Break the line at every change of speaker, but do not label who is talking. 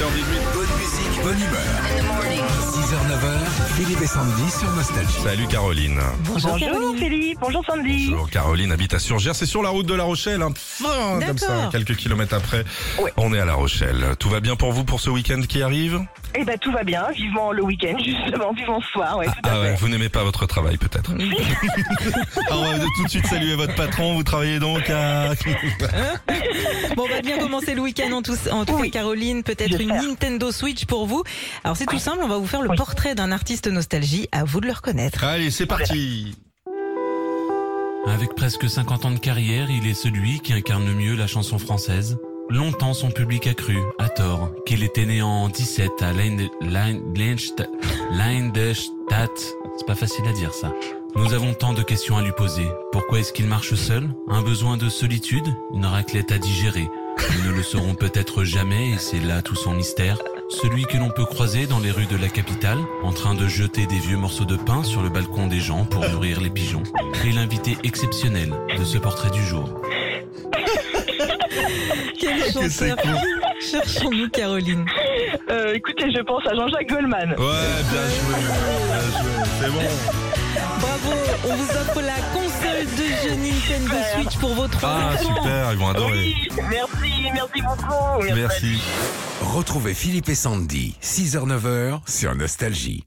7h18.
Bonne musique, bonne humeur.
In the morning.
6h, 9h, Philippe et Sandy sur Nostalgie.
Salut Caroline.
Bonjour, Philippe, bonjour Sandy.
Bonjour Caroline habite à Surgère, c'est sur la route de La Rochelle, hein. Pfff, comme ça, quelques kilomètres après.
Ouais.
On est à La Rochelle. Tout va bien pour vous pour ce week-end qui arrive
Eh ben tout va bien, vivant le week-end justement, vivant ce soir, ouais, tout à
Ah ouais,
fait.
vous n'aimez pas votre travail peut-être. Ah, on va tout de suite saluer votre patron, vous travaillez donc à...
Bon, on va bien commencer le week-end en tout, en tout
Oui.
cas, Caroline. Peut-être une
J'espère.
Nintendo Switch pour vous. Alors, c'est tout simple. On va vous faire le
Oui.
portrait d'un artiste nostalgie. À vous de le reconnaître.
Allez, c'est parti
Avec presque 50 ans de carrière, il est celui qui incarne le mieux la chanson française. Longtemps, son public a cru, à tort, qu'il était né en 17 à Leinde- Leinde- Leinsta- Leindestadt. C'est pas facile à dire ça. Nous avons tant de questions à lui poser. Pourquoi est-ce qu'il marche seul Un besoin de solitude Une raclette à digérer Nous ne le saurons peut-être jamais et c'est là tout son mystère. Celui que l'on peut croiser dans les rues de la capitale, en train de jeter des vieux morceaux de pain sur le balcon des gens pour nourrir les pigeons. Et l'invité exceptionnel de ce portrait du jour.
Quel chanteur Cherchons-nous, Caroline.
Ah.
Euh, écoutez, je pense à Jean-Jacques Goldman.
Ouais, bien joué, bien joué, c'est bon.
Bravo. On vous offre la console de jeu Nintendo
Super.
Switch pour vos trois
Ah
enfants.
super, ils vont adorer.
Oui, merci, merci beaucoup.
Merci.
Retrouvez Philippe et Sandy, 6h, 9h sur Nostalgie.